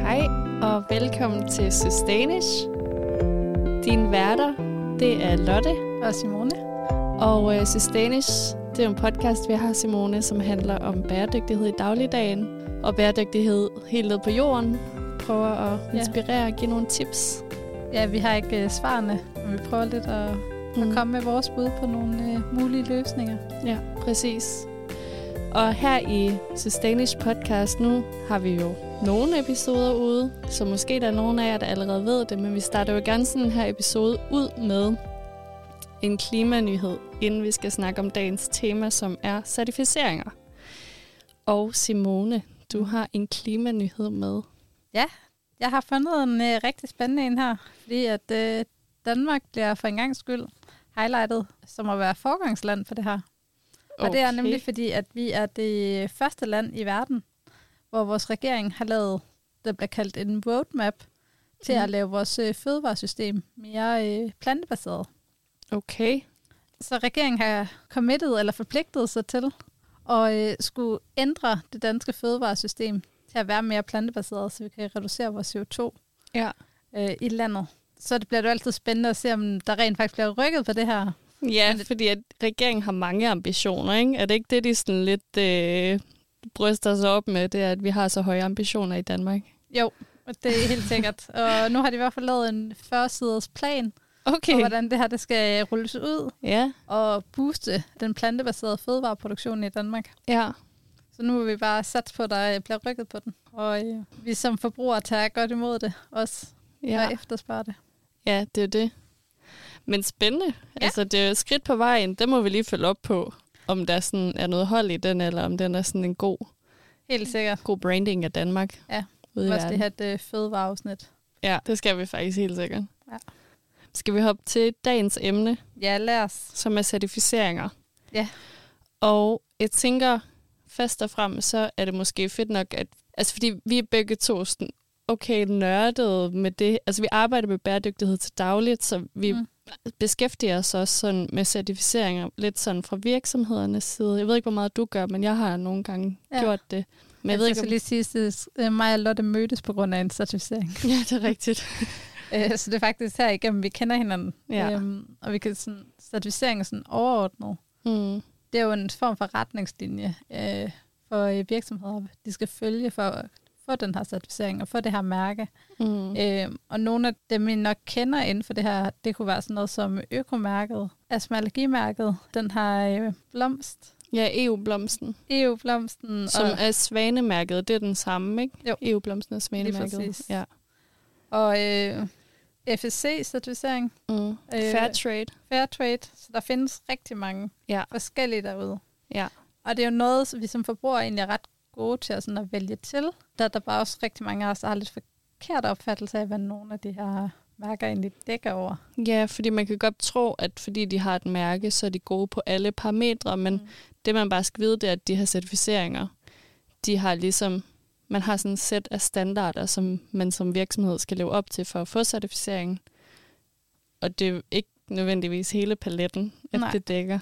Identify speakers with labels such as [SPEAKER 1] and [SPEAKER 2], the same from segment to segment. [SPEAKER 1] Hej og velkommen til Sustainish. Din værter, det er Lotte
[SPEAKER 2] Og Simone.
[SPEAKER 1] og øh, Sustainish. Det er jo en podcast, vi har, Simone, som handler om bæredygtighed i dagligdagen. Og bæredygtighed helt ned på jorden. Prøver at
[SPEAKER 2] Ja.
[SPEAKER 1] inspirere og give nogle tips.
[SPEAKER 2] Ja, vi har ikke uh, svarene, men vi prøver lidt at, mm. at komme med vores bud på nogle uh, mulige løsninger.
[SPEAKER 1] Ja, præcis. Og her i Sustainish podcast nu har vi jo nogle episoder ude, så måske der er nogen af jer, der allerede ved det, men vi starter jo gerne sådan den her episode ud med en klimanyhed, inden vi skal snakke om dagens tema, som er certificeringer. Og Simone, du har en klimanyhed med.
[SPEAKER 2] Jeg har fundet en uh, rigtig spændende en her, fordi at uh, Danmark bliver for en gang skyld highlightet som at være forgangsland for det her. Okay. Og det er nemlig fordi, at vi er det første land i verden, hvor vores regering har lavet, der bliver kaldt en roadmap, til
[SPEAKER 1] Mm.
[SPEAKER 2] at lave vores øh, fødevaresystem mere øh, plantebaseret.
[SPEAKER 1] Okay,
[SPEAKER 2] Så regeringen har committet eller forpligtet sig til at øh, skulle ændre det danske fødevaresystem til at være mere plantebaseret, så vi kan reducere vores CO2
[SPEAKER 1] ja.
[SPEAKER 2] øh, i landet. Så det bliver det jo altid spændende at se, om der rent faktisk bliver rykket på det her.
[SPEAKER 1] Ja, fordi at regeringen har mange ambitioner, ikke? Er det ikke det, de sådan lidt øh, bryster sig op med, det er, at vi har så høje ambitioner i Danmark?
[SPEAKER 2] Jo, og det er helt sikkert. og nu har de i hvert fald lavet en 40-siders plan for,
[SPEAKER 1] Okay.
[SPEAKER 2] hvordan det her det skal rulles ud
[SPEAKER 1] Ja,
[SPEAKER 2] og booste den plantebaserede fødevareproduktion i Danmark.
[SPEAKER 1] ja.
[SPEAKER 2] Så nu må vi bare satse på, at der øh, bliver rykket på den. Og øh, vi som forbrugere tager godt imod det også, ja.
[SPEAKER 1] Ja,
[SPEAKER 2] og efterspørger det.
[SPEAKER 1] ja det er det. Men spændende. Ja. Altså, det er jo et skridt på vejen. Det må vi lige følge op på, om der sådan er noget hold i den, eller om den er sådan en god,
[SPEAKER 2] Helt sikkert.
[SPEAKER 1] god branding af Danmark.
[SPEAKER 2] Ja.
[SPEAKER 1] Ude i
[SPEAKER 2] Også det
[SPEAKER 1] verden.
[SPEAKER 2] her det øh, fødevareafsnit.
[SPEAKER 1] Ja, det skal vi faktisk helt sikkert.
[SPEAKER 2] Ja.
[SPEAKER 1] Skal vi hoppe til dagens emne?
[SPEAKER 2] Ja, lad os.
[SPEAKER 1] som er certificeringer.
[SPEAKER 2] Ja.
[SPEAKER 1] Og jeg tænker, først og fremmest, så er det måske fedt nok, at, altså fordi vi er begge to sådan, okay, nørdede med det. Altså vi arbejder med bæredygtighed til dagligt, så vi mm.
[SPEAKER 2] Mm.
[SPEAKER 1] beskæftiger os også sådan med certificeringer lidt sådan fra virksomhedernes side. Jeg ved ikke, hvor meget du gør, men jeg har nogle gange ja.
[SPEAKER 2] Ja.
[SPEAKER 1] gjort det. Men jeg ved ikke,
[SPEAKER 2] skal
[SPEAKER 1] om...
[SPEAKER 2] lige sige, at øh, mig og Lotte mødtes på grund af en certificering.
[SPEAKER 1] Ja, det er rigtigt.
[SPEAKER 2] Øh, så det er faktisk her igennem, vi kender hinanden.
[SPEAKER 1] Ja.
[SPEAKER 2] Øhm, og vi kan sådan, certificering er sådan overordnet.
[SPEAKER 1] Mm.
[SPEAKER 2] Det er jo en form for retningslinje øh, for øh, virksomheder, de skal følge for at få den her certificering og få det her mærke.
[SPEAKER 1] Mm.
[SPEAKER 2] Øh, og nogle af dem, I nok kender inden for det her, det kunne være sådan noget som økomærket, astmallergimærket, den her øh, blomst,
[SPEAKER 1] Ja, EU-blomsten,
[SPEAKER 2] EU-blomsten.
[SPEAKER 1] som
[SPEAKER 2] Mm, og,
[SPEAKER 1] er svanemærket. Det er den samme, ikke?
[SPEAKER 2] Jo.
[SPEAKER 1] EU-blomsten er svanemærket.
[SPEAKER 2] præcis.
[SPEAKER 1] Ja.
[SPEAKER 2] og øh, FSC-certificering,
[SPEAKER 1] Mm.
[SPEAKER 2] Øh,
[SPEAKER 1] Fair trade.
[SPEAKER 2] Fairtrade. Så der findes rigtig mange
[SPEAKER 1] Ja.
[SPEAKER 2] forskellige derude.
[SPEAKER 1] Ja.
[SPEAKER 2] Og det er jo noget, som vi som forbrugere egentlig er ret gode til at, sådan at vælge til. Der er der bare også rigtig mange af os, der har lidt forkert opfattelse af, hvad nogle af de her mærker egentlig dækker over.
[SPEAKER 1] Ja, fordi man kan godt tro, at fordi de har et mærke, så er de gode på alle parametre, men mm.
[SPEAKER 2] Mm.
[SPEAKER 1] det man bare skal vide, det er, at de her certificeringer, de har ligesom, man har sådan et sæt af standarder, som man som virksomhed skal leve op til for at få certificeringen. Og det er jo ikke nødvendigvis hele paletten, at Nej.
[SPEAKER 2] Nej.
[SPEAKER 1] det dækker.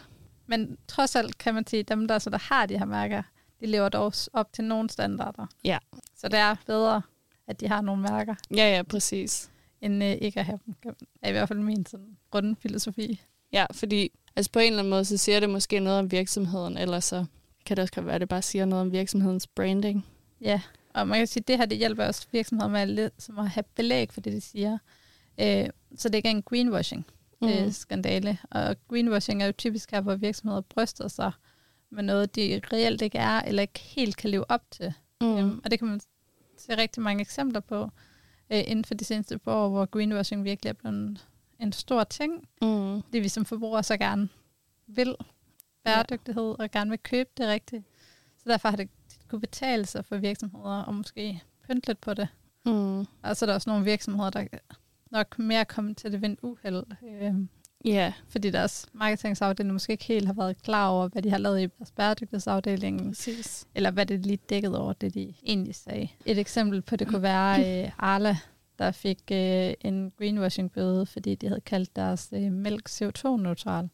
[SPEAKER 2] Men trods alt kan man sige, at dem, der, så der har de her mærker, de lever dog s- op til nogle standarder.
[SPEAKER 1] Ja.
[SPEAKER 2] Så det er bedre, at de har nogle mærker,
[SPEAKER 1] Ja, ja, præcis.
[SPEAKER 2] end øh, ikke at have dem. Det er i hvert fald min sådan, runde filosofi.
[SPEAKER 1] Ja, fordi altså på en eller anden måde, så siger det måske noget om virksomheden, eller så kan det også godt være, at det bare siger noget om virksomhedens branding.
[SPEAKER 2] Ja, og man kan sige, at det her det hjælper også virksomheder med lidt som at have belæg for det, de siger. Øh, så det ikke er en
[SPEAKER 1] Øh, Mm.
[SPEAKER 2] greenwashing-skandale. og greenwashing er jo typisk her, hvor virksomheder bryster sig med noget, de reelt ikke er, eller ikke helt kan leve op til. Mm. Og det kan man se rigtig mange eksempler på øh, inden for de seneste par år, hvor greenwashing virkelig er blevet en, en stor ting.
[SPEAKER 1] Mm.
[SPEAKER 2] Det vi som forbrugere så gerne vil bæredygtighed og gerne vil købe det rigtigt. Så derfor har det kunne betale sig for virksomheder og måske pynte lidt på det.
[SPEAKER 1] Mm.
[SPEAKER 2] Og så er der også nogle virksomheder, der nok mere kommer til det ved en uheld, øh,
[SPEAKER 1] Ja,
[SPEAKER 2] fordi deres marketingsafdeling måske ikke helt har været klar over, hvad de har lavet i deres bæredygtighedsafdeling
[SPEAKER 1] præcis.
[SPEAKER 2] eller hvad det lige dækkede over, det de egentlig sagde. Et eksempel på det kunne være øh, Arla, der fik øh, en greenwashing-bøde, fordi de havde kaldt deres øh, mælk CO2-neutral.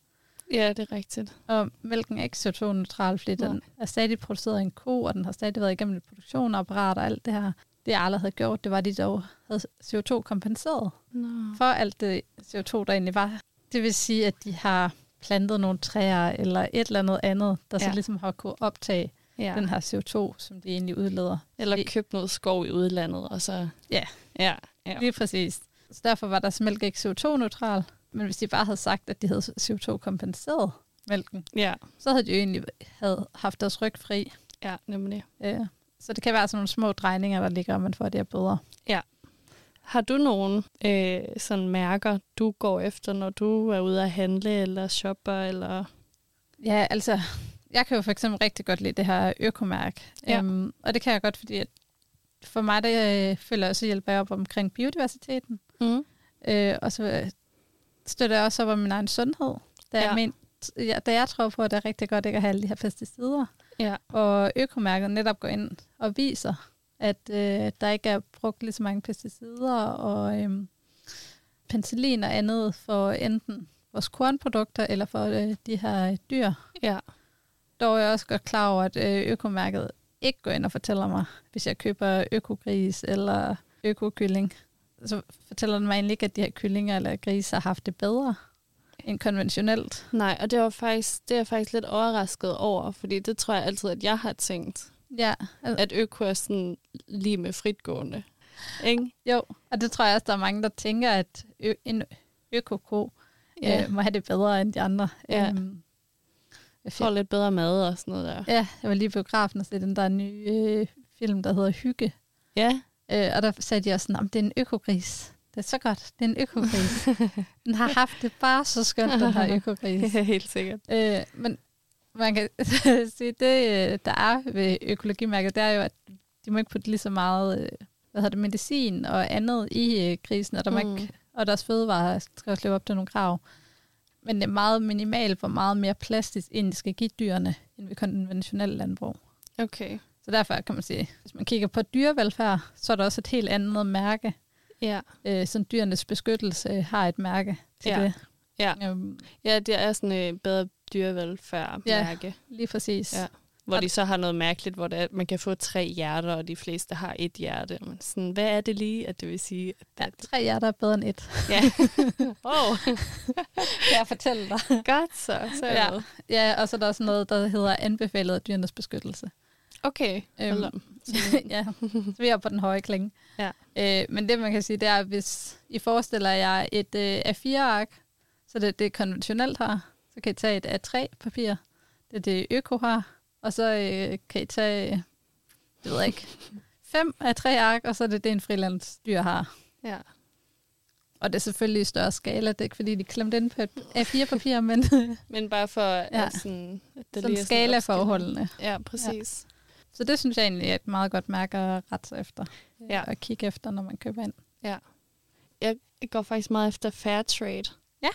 [SPEAKER 1] Ja, det er rigtigt.
[SPEAKER 2] Og mælken er ikke CO2-neutral, fordi
[SPEAKER 1] Nej.
[SPEAKER 2] den er stadig produceret af en ko, og den har stadig været igennem et produktionsapparat og alt det her. Det, jeg aldrig havde gjort, det var, at de dog havde CO2 kompenseret
[SPEAKER 1] Nå.
[SPEAKER 2] for alt det CO2, der egentlig var. Det vil sige, at de har plantet nogle træer eller et eller andet andet, der ja.
[SPEAKER 1] Ja.
[SPEAKER 2] så ligesom har kunne optage ja.
[SPEAKER 1] Ja.
[SPEAKER 2] den her CO2, som de egentlig udleder.
[SPEAKER 1] Eller købt noget skov i udlandet, og så...
[SPEAKER 2] Ja.
[SPEAKER 1] Ja, ja.
[SPEAKER 2] Lige præcis. Så derfor var deres mælk ikke CO2-neutral. Men hvis de bare havde sagt, at de havde CO2-kompenseret mælken,
[SPEAKER 1] ja.
[SPEAKER 2] så havde de jo egentlig havde haft deres ryg fri.
[SPEAKER 1] ja nemlig.
[SPEAKER 2] Øh, Så det kan være sådan nogle små drejninger, der ligger, om man får de her bøder.
[SPEAKER 1] Har du nogen øh, sådan mærker, du går efter, når du er ude at handle eller shopper? Eller...
[SPEAKER 2] Ja, altså, jeg kan jo for eksempel rigtig godt lide det her økomærk.
[SPEAKER 1] Ja.
[SPEAKER 2] Øhm, og det kan jeg godt, fordi at for mig, der øh, føler jeg også, hjælper jeg op omkring biodiversiteten.
[SPEAKER 1] Mm.
[SPEAKER 2] Øh, og så øh, støtter jeg også op om min egen sundhed. Da, ja.
[SPEAKER 1] Ja.
[SPEAKER 2] jeg men, ja, da jeg tror på, at det er rigtig godt ikke at have alle de her pesticider.
[SPEAKER 1] Ja.
[SPEAKER 2] Og økomærket netop går ind og viser, at øh, der ikke er brugt lige så mange pesticider og øhm, penicillin og andet for enten vores kornprodukter eller for øh, de her øh, dyr.
[SPEAKER 1] Ja,
[SPEAKER 2] Dog er jeg også godt klar over, at øh, økomærket ikke går ind og fortæller mig, hvis jeg køber økogris eller økokylling. Så fortæller den mig egentlig ikke, at de her kyllinger eller grise har haft det bedre end konventionelt.
[SPEAKER 1] nej, og det, var faktisk, det er jeg faktisk lidt overrasket over, fordi det tror jeg altid, at jeg har tænkt,
[SPEAKER 2] Ja, altså,
[SPEAKER 1] at øko er sådan lige med fritgående. Ikke?
[SPEAKER 2] jo. Og det tror jeg også, der er mange, der tænker, at ø- en økoko ja.
[SPEAKER 1] Ja.
[SPEAKER 2] øh, må have det bedre end de andre.
[SPEAKER 1] Ja.
[SPEAKER 2] Øhm, jeg,
[SPEAKER 1] Får lidt bedre mad og sådan noget der.
[SPEAKER 2] ja, jeg var lige i biografen og se den der nye øh, film, der hedder Hygge.
[SPEAKER 1] Ja,
[SPEAKER 2] Øh, og der sagde de også sådan, "Nå, men det er en økogris. Det er så godt, det er en økogris. den har haft det bare så skønt, den her økogris.
[SPEAKER 1] helt sikkert.
[SPEAKER 2] øh, men man kan sige, det øh, der er ved økologimærket, det er jo, at de må ikke putte lige så meget øh, hvad hedder det, medicin og andet i øh, grisen, og, der mm.
[SPEAKER 1] Mm.
[SPEAKER 2] ikke, og deres fødevarer skal også leve op til nogle krav. Men det er meget minimalt, hvor meget mere plastisk ind de skal give dyrene, end ved konventionelle landbrug.
[SPEAKER 1] Okay.
[SPEAKER 2] Så derfor kan man sige, hvis man kigger på dyrevelfærd, så er der også et helt andet mærke,
[SPEAKER 1] Ja.
[SPEAKER 2] øh, som dyrenes beskyttelse øh, har et mærke til
[SPEAKER 1] Ja.
[SPEAKER 2] det.
[SPEAKER 1] Ja.
[SPEAKER 2] Øhm,
[SPEAKER 1] ja, det er sådan et bedre dyrevelfærd-mærke.
[SPEAKER 2] lige præcis.
[SPEAKER 1] Ja. Hvor de så har noget mærkeligt, hvor det er, at man kan få tre hjerter, og de fleste har et hjerte. Men sådan, hvad er det lige, at det vil sige?
[SPEAKER 2] Ja, tre hjerter er bedre end et.
[SPEAKER 1] Ja. oh,
[SPEAKER 2] Kan jeg fortælle dig?
[SPEAKER 1] godt så. så
[SPEAKER 2] Ja.
[SPEAKER 1] ja.
[SPEAKER 2] ja, og så er der også noget, der hedder anbefalet af dyrenes beskyttelse.
[SPEAKER 1] Okay.
[SPEAKER 2] Øhm,
[SPEAKER 1] Hold op.
[SPEAKER 2] ja, så vi er på den høje klinge.
[SPEAKER 1] Ja.
[SPEAKER 2] Øh, men det, man kan sige, det er, hvis I forestiller jer et øh, A4-ark, så det, det er konventionelt her, så kan I tage et A3-papir, det er det øko har, og så øh, kan I tage, øh, det ved jeg ikke, fem A3-ark, og så er det det, en frilandsdyr har.
[SPEAKER 1] Ja.
[SPEAKER 2] Og det er selvfølgelig i større skala, det er ikke fordi, de klemte ind på et A4-papir, men
[SPEAKER 1] Men bare for ja.
[SPEAKER 2] Ja.
[SPEAKER 1] at sådan, at det
[SPEAKER 2] sådan
[SPEAKER 1] lige er sådan
[SPEAKER 2] skalaforholdene.
[SPEAKER 1] opskilt. Ja, præcis.
[SPEAKER 2] Så det synes jeg egentlig er et meget godt mærke at rette sig efter,
[SPEAKER 1] Ja.
[SPEAKER 2] og kigge efter, når man køber ind.
[SPEAKER 1] Jeg går faktisk meget efter fair trade.
[SPEAKER 2] Ja.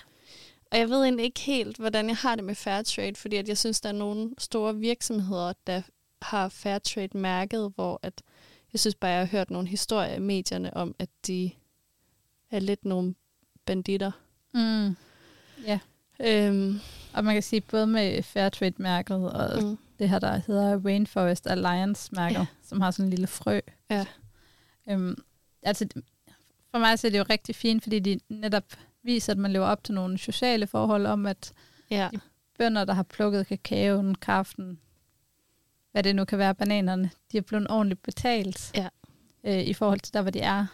[SPEAKER 1] Og jeg ved egentlig ikke helt, hvordan jeg har det med fair trade, fordi at jeg synes, der er nogle store virksomheder, der har fair trade mærket, hvor at jeg synes bare, jeg har hørt nogle historier i medierne om, at de er lidt nogle banditter.
[SPEAKER 2] Mm. Ja,
[SPEAKER 1] Øhm,
[SPEAKER 2] og man kan sige både med Fairtrade-mærket og mm.
[SPEAKER 1] mm,
[SPEAKER 2] det her, der hedder Rainforest Alliance-mærket,
[SPEAKER 1] Ja.
[SPEAKER 2] ja. som har sådan en lille frø.
[SPEAKER 1] Ja.
[SPEAKER 2] Øhm, altså, for mig så er det jo rigtig fint, fordi de netop viser, at man lever op til nogle sociale forhold om, at
[SPEAKER 1] ja.
[SPEAKER 2] bønder, der har plukket kakaoen, kaffen, hvad det nu kan være, bananerne, de er blevet ordentligt betalt
[SPEAKER 1] Ja.
[SPEAKER 2] øh, i forhold til der, hvor de er.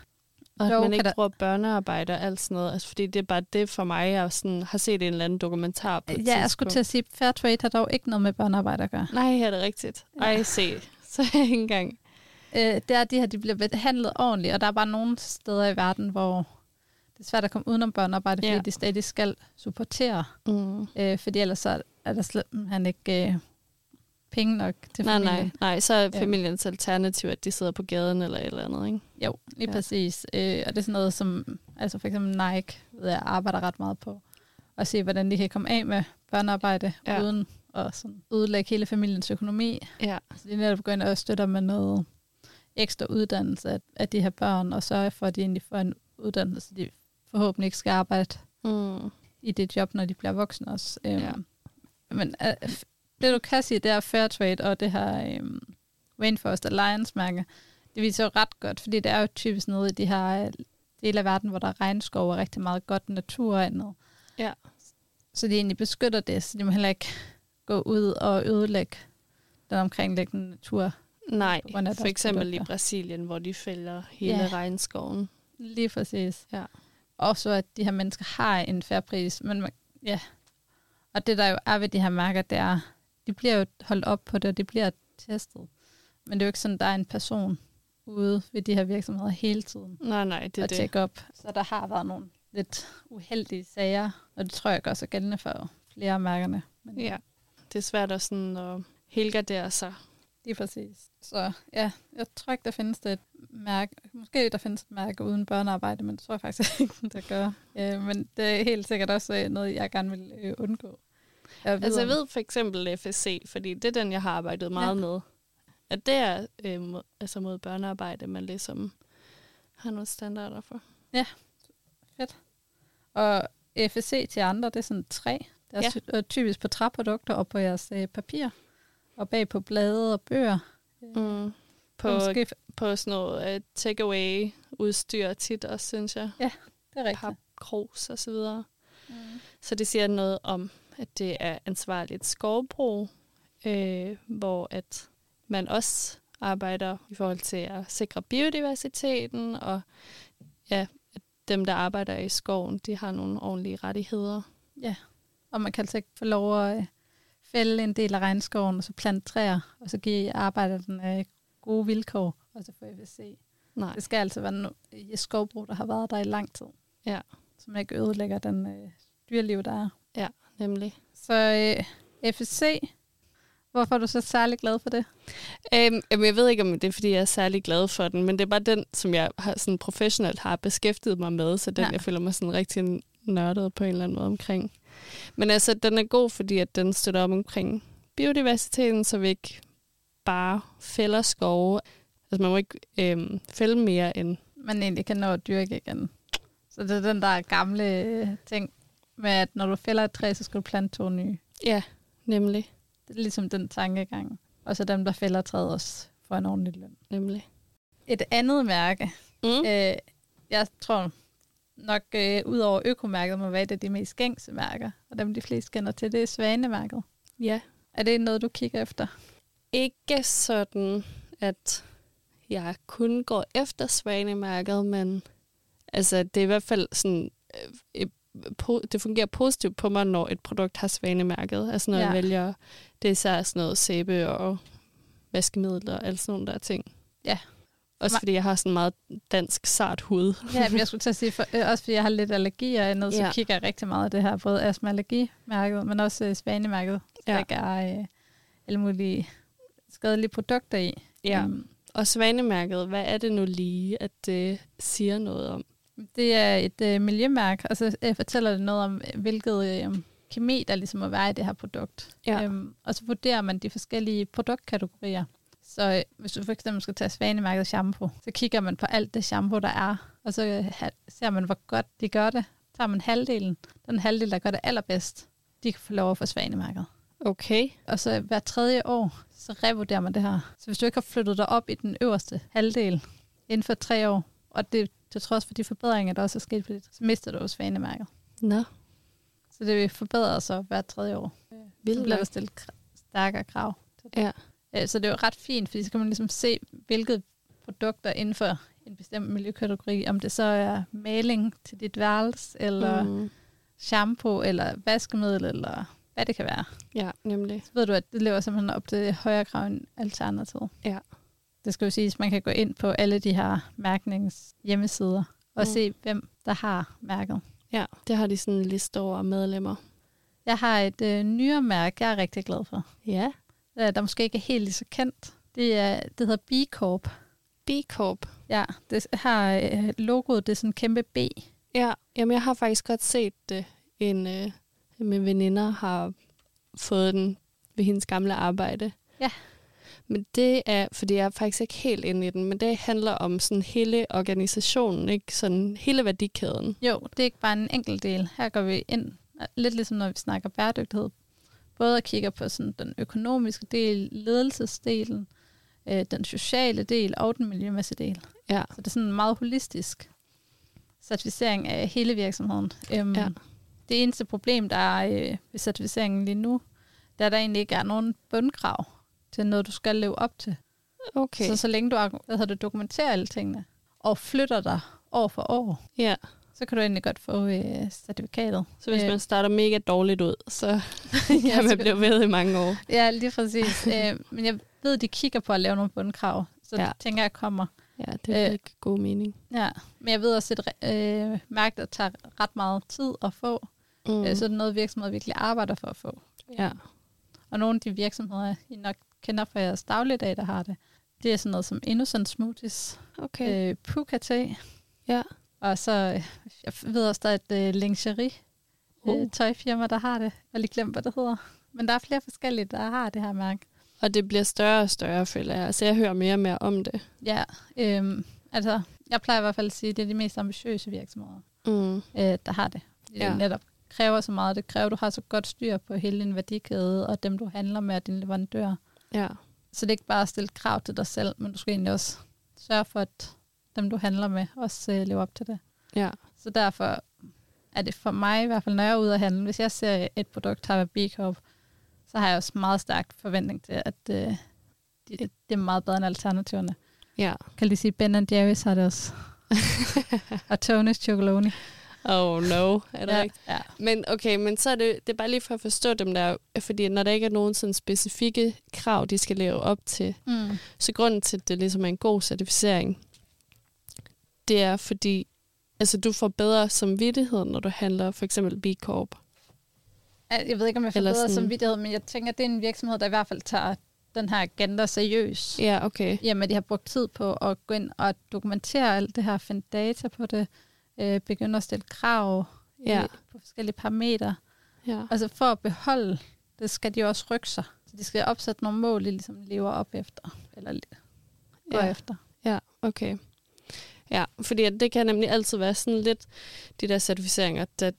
[SPEAKER 1] Og at
[SPEAKER 2] Dog
[SPEAKER 1] man
[SPEAKER 2] kan
[SPEAKER 1] ikke
[SPEAKER 2] der-
[SPEAKER 1] bruger børnearbejde og alt sådan noget. Altså, fordi det er bare det for mig, jeg sådan, har set en eller anden dokumentar på et
[SPEAKER 2] Ja, jeg skulle
[SPEAKER 1] tidspunkt.
[SPEAKER 2] til at sige, at Fairtrade har dog ikke noget med børnearbejde at gøre.
[SPEAKER 1] Nej, er det rigtigt?
[SPEAKER 2] Ja.
[SPEAKER 1] Ej, se. Så er jeg ikke engang...
[SPEAKER 2] øh, det er, at de her de bliver behandlet ordentligt, og der er bare nogle steder i verden, hvor det er svært at komme udenom børnearbejde, fordi
[SPEAKER 1] Ja.
[SPEAKER 2] ja. de stadig skal supportere,
[SPEAKER 1] Mm.
[SPEAKER 2] øh, fordi ellers så er der slet han ikke øh, penge nok til
[SPEAKER 1] Nej,
[SPEAKER 2] familien.
[SPEAKER 1] nej, nej. Så er
[SPEAKER 2] Ja.
[SPEAKER 1] familiens alternativ, at de sidder på gaden eller et eller andet, ikke?
[SPEAKER 2] Jo, lige
[SPEAKER 1] Ja.
[SPEAKER 2] ja. præcis. Øh, og det er sådan noget som, altså for eksempel Nike, ved jeg, arbejder ret meget på, at se, hvordan de kan komme af med børnearbejde,
[SPEAKER 1] Ja.
[SPEAKER 2] ja. uden at sådan ødelægge hele familiens økonomi.
[SPEAKER 1] Ja.
[SPEAKER 2] Så de Altså, netop går ind og støtter med noget ekstra uddannelse af, af de her børn, og sørger for, at de egentlig får en uddannelse, de forhåbentlig ikke skal arbejde
[SPEAKER 1] Mm.
[SPEAKER 2] i det job, når de bliver voksne også. Øhm,
[SPEAKER 1] Ja.
[SPEAKER 2] ja. Men øh, f- det du kan sige, det er Fairtrade og det her øhm, Rainforest Alliance-mærke, Det viser jo ret godt, fordi det er jo typisk nede i de her øh, dele af verden, hvor der er regnskov og rigtig meget godt natur og andet.
[SPEAKER 1] Ja.
[SPEAKER 2] Så de egentlig beskytter det, så de må heller ikke gå ud og ødelægge den omkringliggende natur.
[SPEAKER 1] Nej,
[SPEAKER 2] på grund af
[SPEAKER 1] for
[SPEAKER 2] deres
[SPEAKER 1] eksempel i
[SPEAKER 2] produkter.
[SPEAKER 1] Brasilien, hvor de fælder hele
[SPEAKER 2] Ja.
[SPEAKER 1] regnskoven.
[SPEAKER 2] Lige præcis.
[SPEAKER 1] Ja.
[SPEAKER 2] Og så at de her mennesker har en færre pris. Men man- ja. Og det der jo er ved de her mærker, det er, de bliver jo holdt op på det, og de bliver testet. Men det er jo ikke sådan, der er en person ude ved de her virksomheder hele tiden
[SPEAKER 1] Nej, nej, det er
[SPEAKER 2] og
[SPEAKER 1] det.
[SPEAKER 2] tjekke op. Så der har været nogle lidt uheldige sager, og det tror jeg gør sig gældende for flere af mærkerne. Men
[SPEAKER 1] Ja. Det er svært at, sådan, at helgardere sig.
[SPEAKER 2] Lige præcis. Så ja, jeg tror ikke, der findes det et mærke. Måske der findes et mærke uden børnearbejde, men det tror jeg faktisk ikke, der gør. Øh, men det er helt sikkert også øh, noget, jeg gerne vil øh, undgå. Jeg
[SPEAKER 1] Altså jeg
[SPEAKER 2] om-
[SPEAKER 1] ved for eksempel FSC, fordi det er den, jeg har arbejdet meget ja. med. At det er øh, mod, altså mod børnearbejde, man ligesom har nogle standarder for.
[SPEAKER 2] Og FSC til andre, det er sådan træ. Det er
[SPEAKER 1] Ja.
[SPEAKER 2] ja. typisk på træprodukter og på jeres øh, papir. Og bag på blade og bøger.
[SPEAKER 1] Mm. På,
[SPEAKER 2] Og Måske,
[SPEAKER 1] på sådan noget uh, takeaway-udstyr tit også, synes jeg.
[SPEAKER 2] det er rigtigt.
[SPEAKER 1] Papkros og så videre.
[SPEAKER 2] Mm.
[SPEAKER 1] Så det siger noget om, at det er ansvarligt skovbrug, øh, hvor at man også arbejder i forhold til at sikre biodiversiteten, og ja, at dem, der arbejder i skoven, de har nogle ordentlige rettigheder.
[SPEAKER 2] Og man kan altså ikke få lov at øh, fælde en del af regnskoven, og så plante træer, og så give arbejderne øh, gode vilkår, og så få E FSC.
[SPEAKER 1] Nej,
[SPEAKER 2] Det skal altså være no- et skovbrug, der har været der i lang tid.
[SPEAKER 1] Ja.
[SPEAKER 2] Så man ikke ødelægger den øh, dyreliv, der er.
[SPEAKER 1] nemlig.
[SPEAKER 2] Så øh, FSC, hvorfor er du så særlig glad for det?
[SPEAKER 1] Øhm, jamen, jeg ved ikke, om det er, fordi jeg er særlig glad for den, men det er bare den, som jeg har, sådan professionelt har beskæftiget mig med, så den,
[SPEAKER 2] Ja.
[SPEAKER 1] ja. jeg føler mig sådan rigtig nørdet på en eller anden måde omkring. Men altså, den er god, fordi at den støtter op omkring biodiversiteten, så vi ikke bare fælder skove. Altså, man må ikke øhm, fælde mere end...
[SPEAKER 2] Man egentlig kan nå at dyrke igen. Så det er den der gamle øh, ting med, at når du fælder et træ, så skal du plante to nye.
[SPEAKER 1] Ja, nemlig.
[SPEAKER 2] Det er ligesom den tankegang. Og så dem, der fælder træet også får en ordentlig løn.
[SPEAKER 1] Nemlig.
[SPEAKER 2] Et andet mærke,
[SPEAKER 1] Mm.
[SPEAKER 2] Øh, jeg tror nok, øh, ud over økomærket, må være et af de mest gængse mærker, og dem de fleste kender til, det er svanemærket.
[SPEAKER 1] Ja.
[SPEAKER 2] Er det noget, du kigger efter?
[SPEAKER 1] ikke sådan, at jeg kun går efter svanemærket, men altså, det er i hvert fald sådan, øh, et po- det fungerer positivt på mig, når et produkt har svanemærket. Altså når ja.
[SPEAKER 2] Ja.
[SPEAKER 1] jeg vælger, det er især sådan noget sæbe og vaskemidler og alle sådan nogle der ting.
[SPEAKER 2] Ja.
[SPEAKER 1] Også
[SPEAKER 2] mig-
[SPEAKER 1] fordi jeg har sådan meget dansk sart hud.
[SPEAKER 2] Ja, men jeg skulle til at sige, for, øh, også fordi jeg har lidt allergier og noget, så
[SPEAKER 1] Ja.
[SPEAKER 2] kigger jeg rigtig meget af det her, både astma allergimærket, men også øh, svanemærket, så
[SPEAKER 1] Ja.
[SPEAKER 2] der ikke er øh, alle mulige skadelige produkter i. Øhm,
[SPEAKER 1] Og svanemærket, hvad er det nu lige, at det siger noget om?
[SPEAKER 2] Det er et øh, miljømærke, og så øh, fortæller det noget om, øh, hvilket øh, kemi, der ligesom må være i det her produkt.
[SPEAKER 1] Ja.
[SPEAKER 2] Øhm, og så vurderer man de forskellige produktkategorier. Så øh, hvis du for eksempel skal tage svanemærket shampoo, så kigger man på alt det shampoo, der er, og så øh, ha- ser man, hvor godt de gør det. Tager man halvdelen, den halvdel, der gør det allerbedst, de kan få lov at få svanemærket.
[SPEAKER 1] Okay.
[SPEAKER 2] Og så hver tredje år, så revurderer man det her. Så hvis du ikke har flyttet dig op i den øverste halvdel inden for tre år, og det til trods for de forbedringer, der også er sket på det, så mister du jo svanemærket.
[SPEAKER 1] Nå,
[SPEAKER 2] Så det forbedrer sig hver tredje år. Så
[SPEAKER 1] vildt
[SPEAKER 2] bliver der
[SPEAKER 1] nok.
[SPEAKER 2] stillet kr- stærkere krav. til det.
[SPEAKER 1] Ja.
[SPEAKER 2] Øh, Så det er jo ret fint, fordi så kan man ligesom se, hvilke produkter inden for en bestemt miljøkategori, om det så er maling til dit værelse, eller mm.
[SPEAKER 1] Mm.
[SPEAKER 2] shampoo, eller vaskemiddel, eller hvad det kan være.
[SPEAKER 1] Ja, nemlig.
[SPEAKER 2] Så ved du, at det lever simpelthen op til højere krav end alternativet.
[SPEAKER 1] Ja.
[SPEAKER 2] Det skal jo siges, at man kan gå ind på alle de her mærknings hjemmesider
[SPEAKER 1] Mm.
[SPEAKER 2] og mm. se, hvem der har mærket.
[SPEAKER 1] Ja, det har de sådan en liste over medlemmer.
[SPEAKER 2] Jeg har et øh, nyere mærke, jeg er rigtig glad for,
[SPEAKER 1] Ja.
[SPEAKER 2] øh, der måske ikke er helt lige så kendt. Det, er, det hedder B Corp.
[SPEAKER 1] B Corp.
[SPEAKER 2] Ja, det har øh, logoet, det er sådan en kæmpe B.
[SPEAKER 1] Ja, jamen jeg har faktisk godt set det. En øh, min veninder har fået den ved hendes gamle arbejde.
[SPEAKER 2] Ja.
[SPEAKER 1] Men det er, fordi jeg er faktisk ikke helt inde i den, men det handler om sådan hele organisationen, ikke? Sådan hele værdikæden.
[SPEAKER 2] Jo, det er ikke bare en enkelt del. Her går vi ind, lidt ligesom når vi snakker bæredygtighed, både og kigger på sådan den økonomiske del, ledelsesdelen, øh, den sociale del og den miljømæssige del.
[SPEAKER 1] Ja.
[SPEAKER 2] Så det er sådan en meget holistisk certificering af hele virksomheden. Øhm,
[SPEAKER 1] Ja.
[SPEAKER 2] ja. Det eneste problem, der er øh, ved certificeringen lige nu, det er, at der egentlig ikke er nogen bundkrav til noget, du skal leve op til.
[SPEAKER 1] Okay.
[SPEAKER 2] Okay. Så så længe du, har- hvad hedder det, dokumenterer alle tingene og flytter dig år for år,
[SPEAKER 1] ja.
[SPEAKER 2] så kan du egentlig godt få øh, certifikatet.
[SPEAKER 1] så hvis
[SPEAKER 2] Øh,
[SPEAKER 1] man starter mega dårligt ud, så kan man
[SPEAKER 2] så-
[SPEAKER 1] blive ved i mange år.
[SPEAKER 2] Ja, lige præcis. øh, men jeg ved, de kigger på at lave nogle bundkrav, så
[SPEAKER 1] Ja.
[SPEAKER 2] ja. det tænker jeg kommer.
[SPEAKER 1] Ja, det er
[SPEAKER 2] Øh.
[SPEAKER 1] ikke god mening.
[SPEAKER 2] Ja. Men jeg ved også, at et re- øh, mærke, der tager ret meget tid at få,
[SPEAKER 1] Mm.
[SPEAKER 2] mm. øh, så er det noget, virksomheder virkelig arbejder for at få.
[SPEAKER 1] ja.
[SPEAKER 2] Og nogle af de virksomheder, I nok kender fra jeres dagligdag, der har det, det er sådan noget som Innocent Smoothies,
[SPEAKER 1] Okay. Øh.
[SPEAKER 2] okay. øh, Puka Te,
[SPEAKER 1] Ja.
[SPEAKER 2] og så, øh, jeg ved også, der er et øh, lingerie
[SPEAKER 1] Uh.
[SPEAKER 2] øh, tøjfirma, der har det. Jeg har lige glemt, hvad det hedder. Men der er flere forskellige, der har det her mærke.
[SPEAKER 1] Og det bliver større og større, føler jeg. Altså, jeg hører mere og mere om det.
[SPEAKER 2] Ja, øhm, altså, jeg plejer i hvert fald at sige, at det er de mest ambitiøse virksomheder,
[SPEAKER 1] Mm.
[SPEAKER 2] øh, der har det. Fordi
[SPEAKER 1] Ja.
[SPEAKER 2] Det netop kræver så meget. Det kræver, at du har så godt styr på hele din værdikæde, og dem, du handler med, og dine leverandører.
[SPEAKER 1] Ja.
[SPEAKER 2] Så det er ikke bare at stille krav til dig selv, men du skal egentlig også sørge for, at dem, du handler med, også øh, lever op til det.
[SPEAKER 1] Ja.
[SPEAKER 2] Så derfor er det for mig i hvert fald, når jeg er ude at handle, hvis jeg ser et produkt har B Corp, så har jeg også meget stærk forventning til, at øh, det, det er meget bedre end alternativerne.
[SPEAKER 1] Ja.
[SPEAKER 2] Kan lige sige, Ben Jerry's har det også. og Tony's Chocolonely.
[SPEAKER 1] Oh no, er det ja.
[SPEAKER 2] ja,
[SPEAKER 1] rigtigt?
[SPEAKER 2] ja.
[SPEAKER 1] Men okay, men så er det, det er bare lige for at forstå dem der, fordi når der ikke er nogen sådan specifikke krav, de skal leve op til,
[SPEAKER 2] Mm.
[SPEAKER 1] så grunden til, at det ligesom er en god certificering, det er fordi, altså du får bedre samvittighed, når du handler for eksempel B Corp.
[SPEAKER 2] Al- Jeg ved ikke, om jeg får
[SPEAKER 1] Eller
[SPEAKER 2] bedre
[SPEAKER 1] sådan-
[SPEAKER 2] samvittighed, men jeg tænker, at det er en virksomhed, der i hvert fald tager den her agenda seriøst.
[SPEAKER 1] Ja, okay.
[SPEAKER 2] Jamen, at de har brugt tid på at gå ind og dokumentere alt det her, finde data på det, øh, begynde at stille krav øh,
[SPEAKER 1] Ja.
[SPEAKER 2] på forskellige parametre.
[SPEAKER 1] Ja.
[SPEAKER 2] Altså for at beholde, det skal de også rykke sig. Så de skal opsætte nogle mål, de ligesom lever op efter, eller le- går
[SPEAKER 1] Ja.
[SPEAKER 2] ja. efter.
[SPEAKER 1] Ja, okay. Ja, fordi at det kan nemlig altid være sådan lidt, de der certificeringer, der,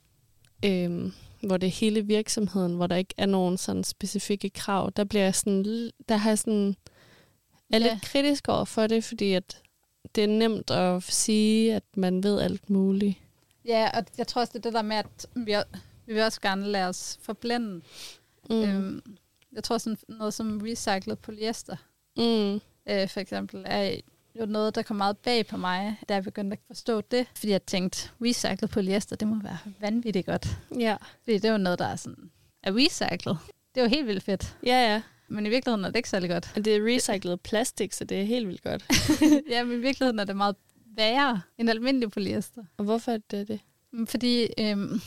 [SPEAKER 1] øhm, hvor det er hele virksomheden, hvor der ikke er nogen sådan specifikke krav, der bliver jeg sådan, l- der har jeg sådan, er lidt
[SPEAKER 2] Ja.
[SPEAKER 1] kritisk over for det, fordi at det er nemt at sige, at man ved alt muligt.
[SPEAKER 2] Ja, og jeg tror også, det er det der med, at vi, o- vi vil også gerne lade os forblænde.
[SPEAKER 1] Mm.
[SPEAKER 2] Mm. Øhm, jeg tror sådan noget som recyclet polyester,
[SPEAKER 1] Mm.
[SPEAKER 2] øh, for eksempel, er jo noget, der kom meget bag på mig, da jeg begyndte at forstå det. Fordi jeg tænkte, recyclet polyester, det må være vanvittigt godt.
[SPEAKER 1] Ja.
[SPEAKER 2] Fordi det er jo noget, der er, sådan, er recyclet. Det er jo helt vildt fedt.
[SPEAKER 1] ja, ja.
[SPEAKER 2] Men i virkeligheden er det ikke særlig godt.
[SPEAKER 1] Og det er recyclet plastik, så det er helt vildt godt.
[SPEAKER 2] ja, men i virkeligheden er det meget værre end almindelig polyester.
[SPEAKER 1] Og hvorfor er det det?
[SPEAKER 2] Fordi øhm,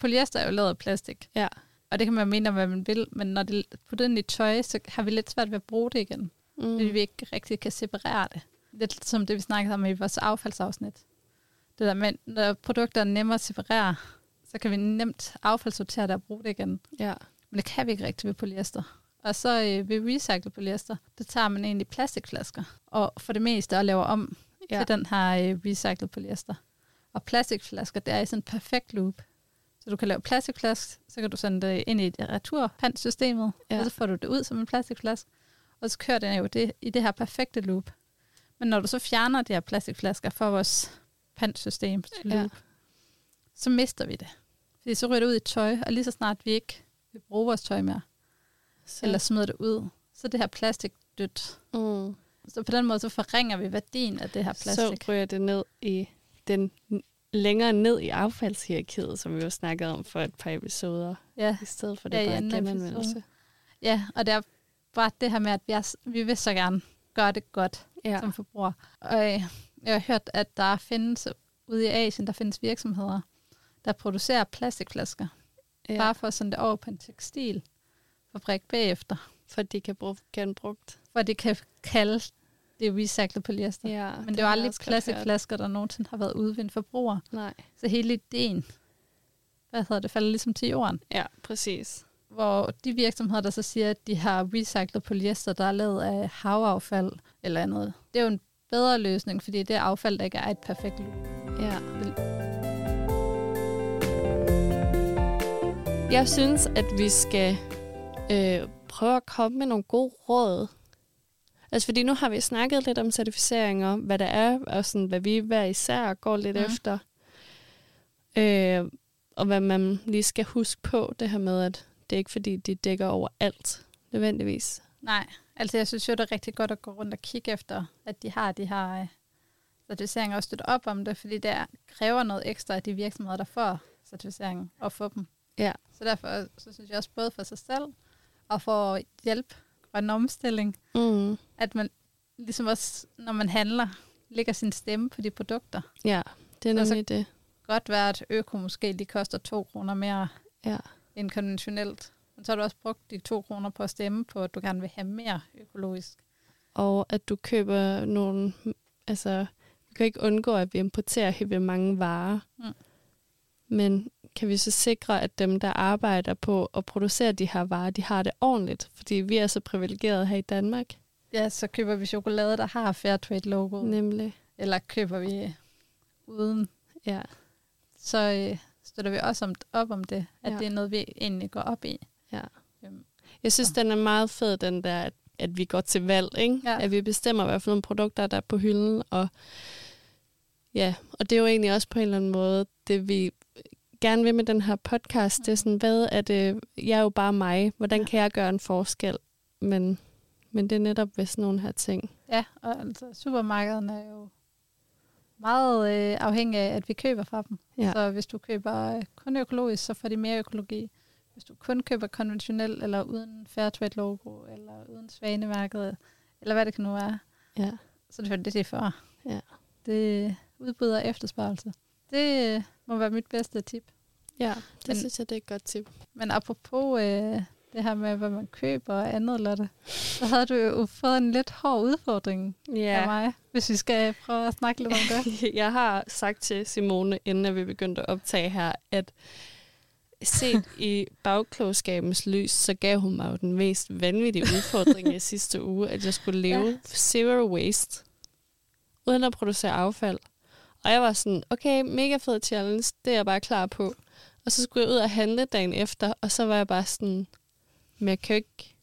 [SPEAKER 2] polyester er jo lavet af plastik.
[SPEAKER 1] Ja.
[SPEAKER 2] Og det kan man mene om, hvad man vil, men når det er puttet ind i tøj, så har vi lidt svært ved at bruge det igen. Mm. Fordi vi ikke rigtig kan separere det. Lidt som det, vi snakkede om i vores affaldsafsnit. Det der med, når produkter er nemmere at separere, så kan vi nemt affaldssortere det og bruge det igen.
[SPEAKER 1] Ja.
[SPEAKER 2] Men det kan vi ikke rigtig ved polyester. Og så øh, ved recycle polyester, der tager man egentlig plastikflasker, og for det meste og laver om
[SPEAKER 1] Ja.
[SPEAKER 2] ja. til den her øh, recycled polyester. Og plastikflasker, det er i sådan en perfekt loop. Så du kan lave plastikflask, så kan du sende det ind i et returpandsystemet,
[SPEAKER 1] Ja.
[SPEAKER 2] ja. og så får du det ud som en plastikflaske, og så kører den jo det, i det her perfekte loop. Men når du så fjerner de her plastikflasker fra vores pantsystem,
[SPEAKER 1] Ja.
[SPEAKER 2] ja. så mister vi det. Fordi så ryger det ud i tøj, og lige så snart vi ikke vil bruge vores tøj mere,
[SPEAKER 1] Så,
[SPEAKER 2] ja. eller smider det ud, så er det her plastik dødt.
[SPEAKER 1] mm.
[SPEAKER 2] Så på den måde, så forringer vi værdien af det her plastik.
[SPEAKER 1] Så ryger det ned i den længere ned i affaldshierarkiet, som vi jo snakkede om for et par episoder,
[SPEAKER 2] Ja.
[SPEAKER 1] i stedet for det
[SPEAKER 2] Ja,
[SPEAKER 1] ja,
[SPEAKER 2] i
[SPEAKER 1] bare
[SPEAKER 2] anden
[SPEAKER 1] genanvendelse.
[SPEAKER 2] episode. ja, og det er bare det her med, at vi, er, vi vil så gerne gøre det godt ja.
[SPEAKER 1] Ja.
[SPEAKER 2] som forbruger. Og øh, jeg har hørt, at der findes ude i Asien, der findes virksomheder, der producerer plastikflasker, ja.
[SPEAKER 1] ja,
[SPEAKER 2] bare for at sende det over på en tekstilfabrik bagefter,
[SPEAKER 1] for at de kan bruge genbrugt.
[SPEAKER 2] hvor de kan kalde det recyclet polyester. Ja. Men det er
[SPEAKER 1] har
[SPEAKER 2] jo
[SPEAKER 1] jeg
[SPEAKER 2] aldrig
[SPEAKER 1] også godt hørt.
[SPEAKER 2] plastikflasker, der nogensinde har været ude ved en forbruger.
[SPEAKER 1] Nej.
[SPEAKER 2] Så hele ideen, hvad hedder det, falder ligesom til jorden.
[SPEAKER 1] Ja, præcis.
[SPEAKER 2] Hvor de virksomheder, der så siger, at de har recyclet polyester, der er lavet af havaffald eller andet, det er jo en bedre løsning, fordi det affald, der ikke er et perfekt loop.
[SPEAKER 1] Ja. Jeg synes, at vi skal øh, prøve at komme med nogle gode råd. Altså fordi nu har vi snakket lidt om certificeringer, hvad det er, og sådan, hvad vi hver især går lidt
[SPEAKER 2] Mhm.
[SPEAKER 1] mm. efter. Øh, og hvad man lige skal huske på, det her med, at det er ikke fordi, det dækker over alt, nødvendigvis.
[SPEAKER 2] Nej, altså jeg synes jo, det er rigtig godt at gå rundt og kigge efter, at de har de her øh, certificeringer og støtte op om det, fordi det er- kræver noget ekstra af de virksomheder, der får certificeringen og får dem.
[SPEAKER 1] Ja.
[SPEAKER 2] Så derfor så synes jeg også både for sig selv og for hjælp og en omstilling,
[SPEAKER 1] Mm.
[SPEAKER 2] at man ligesom også, når man handler, lægger sin stemme på de produkter.
[SPEAKER 1] Ja, det er
[SPEAKER 2] Og så-
[SPEAKER 1] nemlig det.
[SPEAKER 2] Godt være, at øko måske lige koster to kroner mere
[SPEAKER 1] Ja.
[SPEAKER 2] end konventionelt. Men så har du også brugt de to kroner på at stemme på, at du gerne vil have mere økologisk.
[SPEAKER 1] Og at du køber nogle... Altså, vi kan ikke undgå, at vi importerer helt vildt mange varer.
[SPEAKER 2] Mm.
[SPEAKER 1] Men kan vi så sikre, at dem, der arbejder på at producere de her varer, de har det ordentligt? Fordi vi er så privilegerede her i Danmark,
[SPEAKER 2] Ja, så køber vi chokolade, der har Fairtrade-logoet,
[SPEAKER 1] nemlig.
[SPEAKER 2] eller køber vi øh, uden,
[SPEAKER 1] Ja,
[SPEAKER 2] så øh, støtter vi også om, op om det, at
[SPEAKER 1] Ja.
[SPEAKER 2] ja. det er noget, vi egentlig går op i.
[SPEAKER 1] ja.
[SPEAKER 2] Øhm,
[SPEAKER 1] Jeg synes, den er meget fed, den der, at, at vi går til valg, ikke?
[SPEAKER 2] Ja.
[SPEAKER 1] At vi bestemmer, hvad for nogle produkter, der er på hylden, og ja, og det er jo egentlig også på en eller anden måde, det vi gerne vil med den her podcast, det er sådan, hvad er det, jeg er jo bare mig, hvordan
[SPEAKER 2] Ja.
[SPEAKER 1] kan jeg gøre en forskel? Men, men det er netop ved sådan nogle her ting.
[SPEAKER 2] Ja, og altså supermarkederne er jo meget øh, afhængige af, at vi køber fra dem.
[SPEAKER 1] Ja.
[SPEAKER 2] Så hvis du køber øh, kun økologisk, så får de mere økologi. Hvis du kun køber konventionelt, eller uden Fairtrade-logo, eller uden Svanemærket, eller hvad det kan nu være,
[SPEAKER 1] Ja.
[SPEAKER 2] Så det er det, det er for.
[SPEAKER 1] Ja.
[SPEAKER 2] Det udbyder efterspørgsel. Det øh, må være mit bedste tip.
[SPEAKER 1] Ja, det
[SPEAKER 2] Men-
[SPEAKER 1] synes jeg, det er et godt tip.
[SPEAKER 2] Men apropos øh, det her med, hvad man køber og andet, Lotte, så havde du jo fået en lidt hård udfordring ja. af mig, hvis vi skal prøve at snakke lidt om det.
[SPEAKER 1] Jeg har sagt til Simone, inden at vi begyndte at optage her, at set i bagklogskabens lys, så gav hun mig jo den mest vanvittige udfordring i sidste uge, at jeg skulle leve ja. zero waste, uden at producere affald. Og jeg var sådan, okay, mega fed challenge, det er jeg bare klar på. Og så skulle jeg ud og handle dagen efter, og så var jeg bare sådan, men jeg kan jo ikke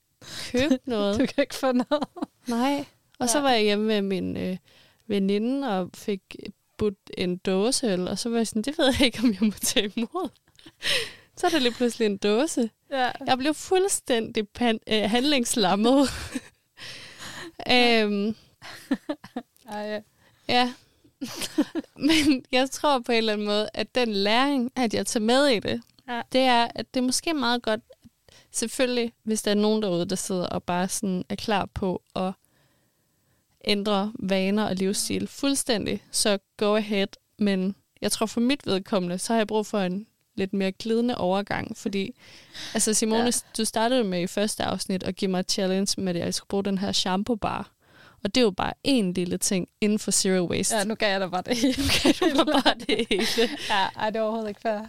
[SPEAKER 1] købe noget.
[SPEAKER 2] Du kan ikke få noget.
[SPEAKER 1] Nej. Og så
[SPEAKER 2] Ja.
[SPEAKER 1] var jeg hjemme med min øh, veninde og fik budt en dåseøl, og så var jeg sådan, det ved jeg ikke, om jeg må tage imod. så er der lige pludselig en dåse.
[SPEAKER 2] Ja.
[SPEAKER 1] Jeg blev fuldstændig pan- øh, handlingslammet. øhm,
[SPEAKER 2] Ej, ja.
[SPEAKER 1] ja. Men jeg tror på en eller anden måde, at den læring, at jeg tager med i det,
[SPEAKER 2] Ja.
[SPEAKER 1] det er, at det er måske meget godt, selvfølgelig, hvis der er nogen derude, der sidder og bare sådan er klar på at ændre vaner og livsstil fuldstændig, så go ahead. Men jeg tror for mit vedkommende, så har jeg brug for en lidt mere glidende overgang, fordi altså Simone, ja.
[SPEAKER 2] Ja.
[SPEAKER 1] du startede med i første afsnit at give mig et challenge med, at jeg skulle bruge den her shampoo bar. Og det er jo bare en lille ting inden for zero waste.
[SPEAKER 2] ja, nu gav jeg dig bare det hele.
[SPEAKER 1] kan du var bare det hele.
[SPEAKER 2] Ja, ej, det er overhovedet ikke fair.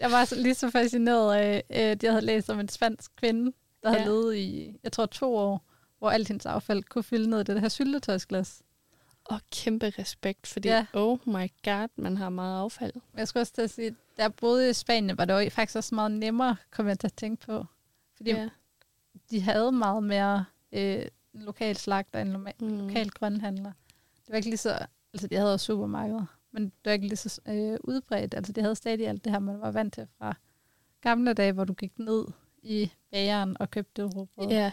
[SPEAKER 2] jeg var så- lige så fascineret af, øh, at jeg havde læst om en spansk kvinde, der havde
[SPEAKER 1] Ja.
[SPEAKER 2] ja. levet i, jeg tror, to år, hvor alt hendes affald kunne fylde ned i det her syltetøjsglas.
[SPEAKER 1] Og kæmpe respekt, fordi ja.
[SPEAKER 2] Ja.
[SPEAKER 1] oh my god, man har meget affald.
[SPEAKER 2] Jeg skulle også til at sige, da jeg boede i Spanien, var det jo faktisk også meget nemmere, kom jeg til at tænke på. Fordi ja. de havde meget mere øh, en lokal slagter, en loma-
[SPEAKER 1] Mm.
[SPEAKER 2] lokal grønhandler. Det var ikke lige så, altså de havde også supermarkeder, men det var ikke lige så øh, udbredt. Altså de havde stadig alt det her, man var vant til fra gamle dage, hvor du gik ned i bageren og købte det råbrød. Ja.
[SPEAKER 1] Ja.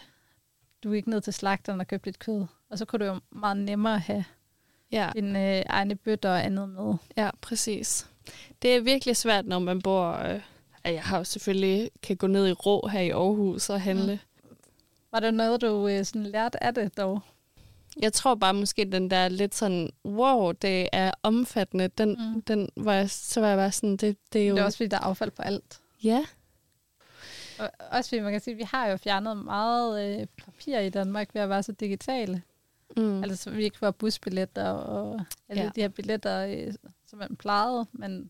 [SPEAKER 2] Du gik ned til slagteren og købte dit kød. Og så kunne du jo meget nemmere have
[SPEAKER 1] ja,
[SPEAKER 2] dine øh, egne bøtter og andet med.
[SPEAKER 1] ja, præcis. Det er virkelig svært, når man bor... Øh, at jeg har jo selvfølgelig kan gå ned i Rå her i Aarhus og handle. Mm.
[SPEAKER 2] Var der noget, du øh, sådan lærte af det dog?
[SPEAKER 1] Jeg tror bare måske, den der lidt sådan, wow, det er omfattende, den, mm.
[SPEAKER 2] Mm.
[SPEAKER 1] den var jeg, så var jeg bare sådan, det, det er jo...
[SPEAKER 2] Det er også fordi, der er affald på alt.
[SPEAKER 1] Ja,
[SPEAKER 2] Og også fordi man kan sige, at vi har jo fjernet meget øh, papir i Danmark ved at være så digitale.
[SPEAKER 1] mm.
[SPEAKER 2] Mm. Altså så vi ikke får busbilletter og alle
[SPEAKER 1] Ja.
[SPEAKER 2] ja. de her billetter, øh, som man plejede, men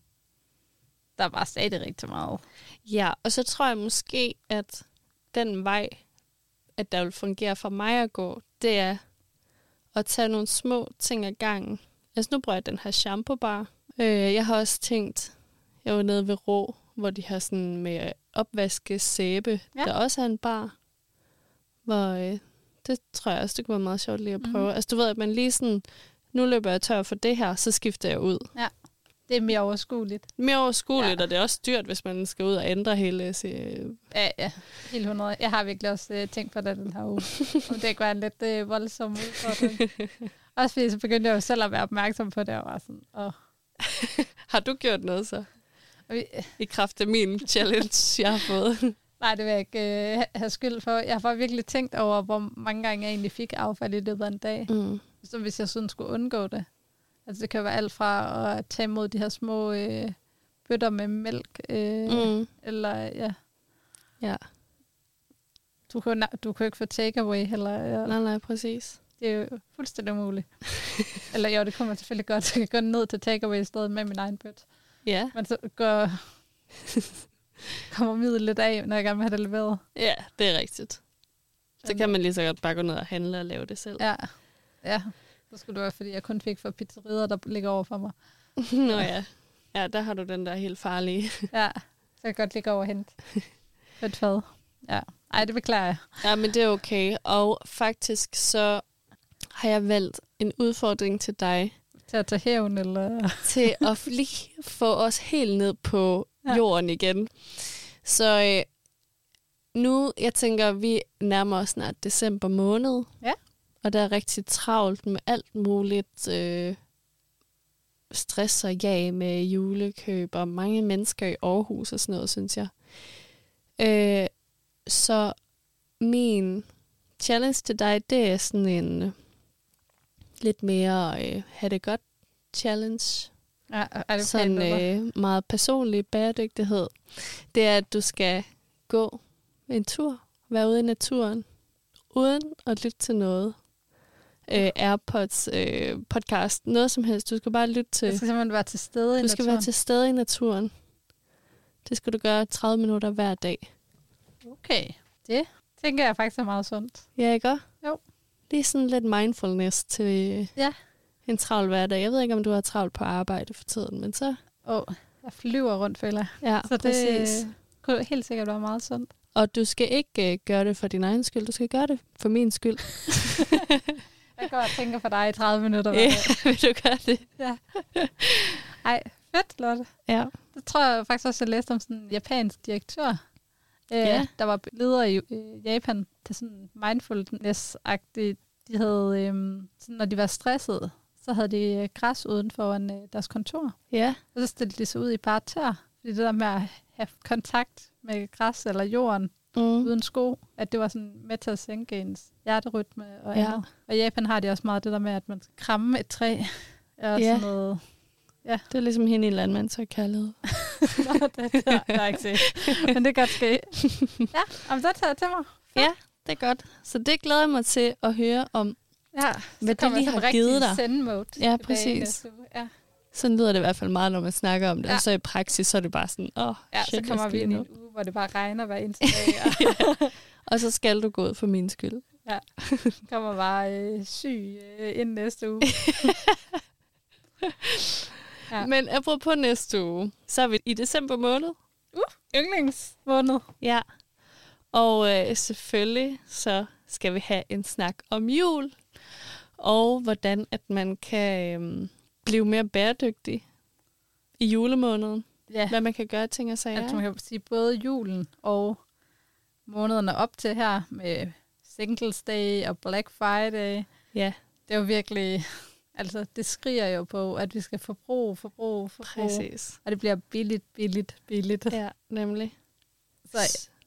[SPEAKER 2] der var stadig rigtig meget.
[SPEAKER 1] Ja, og så tror jeg måske, at den vej, at der vil fungere for mig at gå, det er at tage nogle små ting ad gangen. Altså nu bruger jeg den her shampoo bar. Øh, jeg har også tænkt, jeg var nede ved Rå, hvor de har sådan med opvaske sæbe, ja.
[SPEAKER 2] Ja.
[SPEAKER 1] der også er en bar, hvor øh, Det tror jeg også, det kunne være meget sjovt lige at prøve. Mm. Altså du ved, at man lige sådan, nu løber jeg tør for det her, så skifter jeg ud.
[SPEAKER 2] Det er mere overskueligt.
[SPEAKER 1] Mere overskueligt, ja.
[SPEAKER 2] Ja.
[SPEAKER 1] og det er også dyrt, hvis man skal ud og ændre hele øh, sin...
[SPEAKER 2] Ja, ja. Helt 100. Jeg har virkelig også øh, tænkt på det den her uge. Om det ikke var en lidt øh, voldsom udfordring. også fordi så begyndte jeg jo selv at være opmærksom på det, og var sådan, åh.
[SPEAKER 1] Har du gjort noget så?
[SPEAKER 2] Og vi-
[SPEAKER 1] I kraft af min challenge, jeg har fået.
[SPEAKER 2] Nej, det vil jeg ikke øh, have skyld for. Jeg har bare virkelig tænkt over, hvor mange gange jeg egentlig fik affald i løbet af en dag.
[SPEAKER 1] Mm.
[SPEAKER 2] Så hvis jeg sådan skulle undgå det. Altså det kan jo være alt fra at tage imod de her små øh, bøtter med mælk. Øh, mm.
[SPEAKER 1] Mm.
[SPEAKER 2] Eller ja,
[SPEAKER 1] Ja,
[SPEAKER 2] du kan, jo na- du kan jo ikke få takeaway heller. Ja.
[SPEAKER 1] nej, nej, præcis.
[SPEAKER 2] Det er jo fuldstændig umuligt. eller jo, det kommer selvfølgelig godt. Så kan jeg gå ned til takeaway i stedet med min egen bøt.
[SPEAKER 1] Ja.
[SPEAKER 2] Men så går, kommer midlet lidt af, når jeg gerne vil have det leveret.
[SPEAKER 1] ja, det er rigtigt. Så kan man lige så godt bare gå ned og handle og lave det selv.
[SPEAKER 2] Ja, ja. Så skulle det være, fordi jeg kun fik fra pizzerier, der ligger over for mig.
[SPEAKER 1] Nå ja. Ja, der har du den der helt farlige.
[SPEAKER 2] Ja, så kan jeg godt ligge over og hente. Fedt fad. Ja. Ej, det beklager jeg.
[SPEAKER 1] Ja, men det er okay. Og faktisk så har jeg valgt en udfordring til dig,
[SPEAKER 2] Til at tage hævn, eller...
[SPEAKER 1] til at lige få os helt ned på
[SPEAKER 2] Ja.
[SPEAKER 1] jorden igen. Så øh, nu, jeg tænker, vi nærmer os snart december måned.
[SPEAKER 2] Ja.
[SPEAKER 1] Og der er rigtig travlt med alt muligt øh, stress og jag med julekøb og mange mennesker i Aarhus og sådan noget, synes jeg. Øh, så min challenge til dig, det er sådan en øh, lidt mere øh, have det godt challenge
[SPEAKER 2] Ja, er det
[SPEAKER 1] sådan øh, meget personlig bæredygtighed, det er, at du skal gå en tur, være ude i naturen, uden at lytte til noget. Øh, Airpods, øh, podcast, noget som helst. Du skal bare lytte
[SPEAKER 2] Jeg
[SPEAKER 1] til.
[SPEAKER 2] skal simpelthen være til stede i
[SPEAKER 1] Du skal være
[SPEAKER 2] naturen.
[SPEAKER 1] til stede i naturen. Det skal du gøre 30 minutter hver dag.
[SPEAKER 2] Okay, det tænker jeg faktisk er meget sundt.
[SPEAKER 1] Ja, ikke?
[SPEAKER 2] Jo.
[SPEAKER 1] Lige sådan lidt mindfulness til
[SPEAKER 2] Ja.
[SPEAKER 1] en travl hverdag. Jeg ved ikke, om du har travlt på arbejde for tiden, men så...
[SPEAKER 2] Åh, oh, jeg flyver rundt, føler jeg.
[SPEAKER 1] Ja,
[SPEAKER 2] Så det øh, kunne helt sikkert være meget sundt.
[SPEAKER 1] Og du skal ikke øh, gøre det for din egen skyld, du skal gøre det for min skyld.
[SPEAKER 2] Jeg går og tænker på dig i 30 minutter.
[SPEAKER 1] Ja.
[SPEAKER 2] Yeah.
[SPEAKER 1] Vil du gøre det?
[SPEAKER 2] Ej, fedt, Lotte.
[SPEAKER 1] Ja.
[SPEAKER 2] Det tror jeg faktisk også, jeg læste om sådan en japansk direktør, øh,
[SPEAKER 1] Ja.
[SPEAKER 2] der var leder i øh, Japan til sådan mindfulness-agtigt. De havde, øh, sådan, når de var stressede, så havde de øh, græs uden for øh, deres kontor.
[SPEAKER 1] Ja.
[SPEAKER 2] Og så stillede de sig ud i bare tør. Fordi det der med at have kontakt med græs eller jorden
[SPEAKER 1] Mm.
[SPEAKER 2] uden sko, at det var sådan med til at sænke ens hjerterytme og
[SPEAKER 1] Ja.
[SPEAKER 2] ja. andet. Og i Japan har de også meget det der med, at man skal kramme et træ. Og
[SPEAKER 1] Ja.
[SPEAKER 2] sådan noget.
[SPEAKER 1] Det er ligesom hende i landmand, så kaldet.
[SPEAKER 2] Nå, det, det, har, det har jeg ikke set. Men det kan godt ske. Ja, om så tager jeg til mig.
[SPEAKER 1] Det er godt. Så det glæder jeg mig til at høre om.
[SPEAKER 2] Ja,
[SPEAKER 1] Hvad det lige har givet dig.
[SPEAKER 2] send mode.
[SPEAKER 1] Ja, præcis.
[SPEAKER 2] Ja.
[SPEAKER 1] Sådan lyder det i hvert fald meget, når man snakker om det. Ja.
[SPEAKER 2] Ja.
[SPEAKER 1] Og så i praksis, så er det bare sådan, åh, oh,
[SPEAKER 2] ja så kommer vi ind i en uge, hvor det bare regner hver eneste dag, og
[SPEAKER 1] Og så skal du gå ud for min skyld.
[SPEAKER 2] kommer bare øh, syg øh, ind næste uge.
[SPEAKER 1] Ja.
[SPEAKER 2] Ja.
[SPEAKER 1] Men apropos næste uge, så er vi i december måned.
[SPEAKER 2] Yndlingsmåned.
[SPEAKER 1] Ja. Og øh, selvfølgelig så skal vi have en snak om jul, og hvordan at man kan øh, blive mere bæredygtig i julemåneden.
[SPEAKER 2] Ja,
[SPEAKER 1] Hvad man kan gøre af ting og
[SPEAKER 2] altså
[SPEAKER 1] sager.
[SPEAKER 2] man kan sige både julen og månederne op til her med Singles Day og Black Friday.
[SPEAKER 1] Ja,
[SPEAKER 2] Det er jo virkelig, altså det skriger jo på, at vi skal forbruge, forbruge, forbruge.
[SPEAKER 1] præcis.
[SPEAKER 2] Og det bliver billigt, billigt, billigt.
[SPEAKER 1] Ja, nemlig.
[SPEAKER 2] Så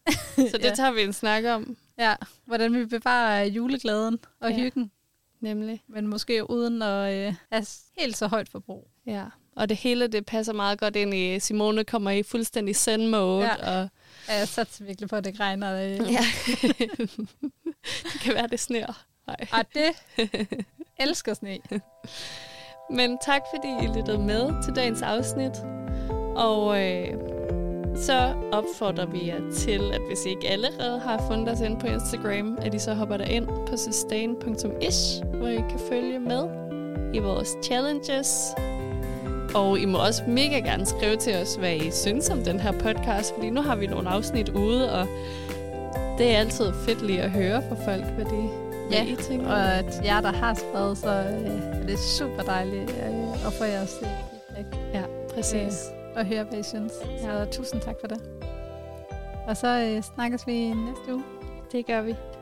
[SPEAKER 1] Så det
[SPEAKER 2] Ja.
[SPEAKER 1] tager vi en snak om,
[SPEAKER 2] Ja, hvordan vi bevarer juleglæden og
[SPEAKER 1] Ja.
[SPEAKER 2] ja. hyggen,
[SPEAKER 1] nemlig.
[SPEAKER 2] men måske uden at øh, have s- helt så højt forbrug.
[SPEAKER 1] Ja. Og det hele, det passer meget godt ind i, Simone kommer i fuldstændig send-mode,
[SPEAKER 2] Ja.
[SPEAKER 1] og
[SPEAKER 2] Ja, Jeg satser virkelig på, at det ikke regner. Øh.
[SPEAKER 1] ja. det kan være, det sneer. Nej.
[SPEAKER 2] Og det elsker sne.
[SPEAKER 1] Men tak, fordi I lyttede med til dagens afsnit. Og øh, så opfordrer vi jer til, at hvis I ikke allerede har fundet os ind på Instagram, at I så hopper derind på sustain.ish, hvor I kan følge med i vores challenges. Og I må også mega gerne skrive til os, hvad I synes om den her podcast, fordi nu har vi nogle afsnit ude, og det er altid fedt lige at høre fra folk, hvad de, med
[SPEAKER 2] Ja,
[SPEAKER 1] i, tænker jeg.
[SPEAKER 2] Og til jer, der har skrevet, så øh, er det super dejligt øh, at få jeres øh, feedback
[SPEAKER 1] Præcis.
[SPEAKER 2] og høre, hvad I synes. Så tusind tak for det. Og så øh, snakkes vi næste uge.
[SPEAKER 1] Det gør vi.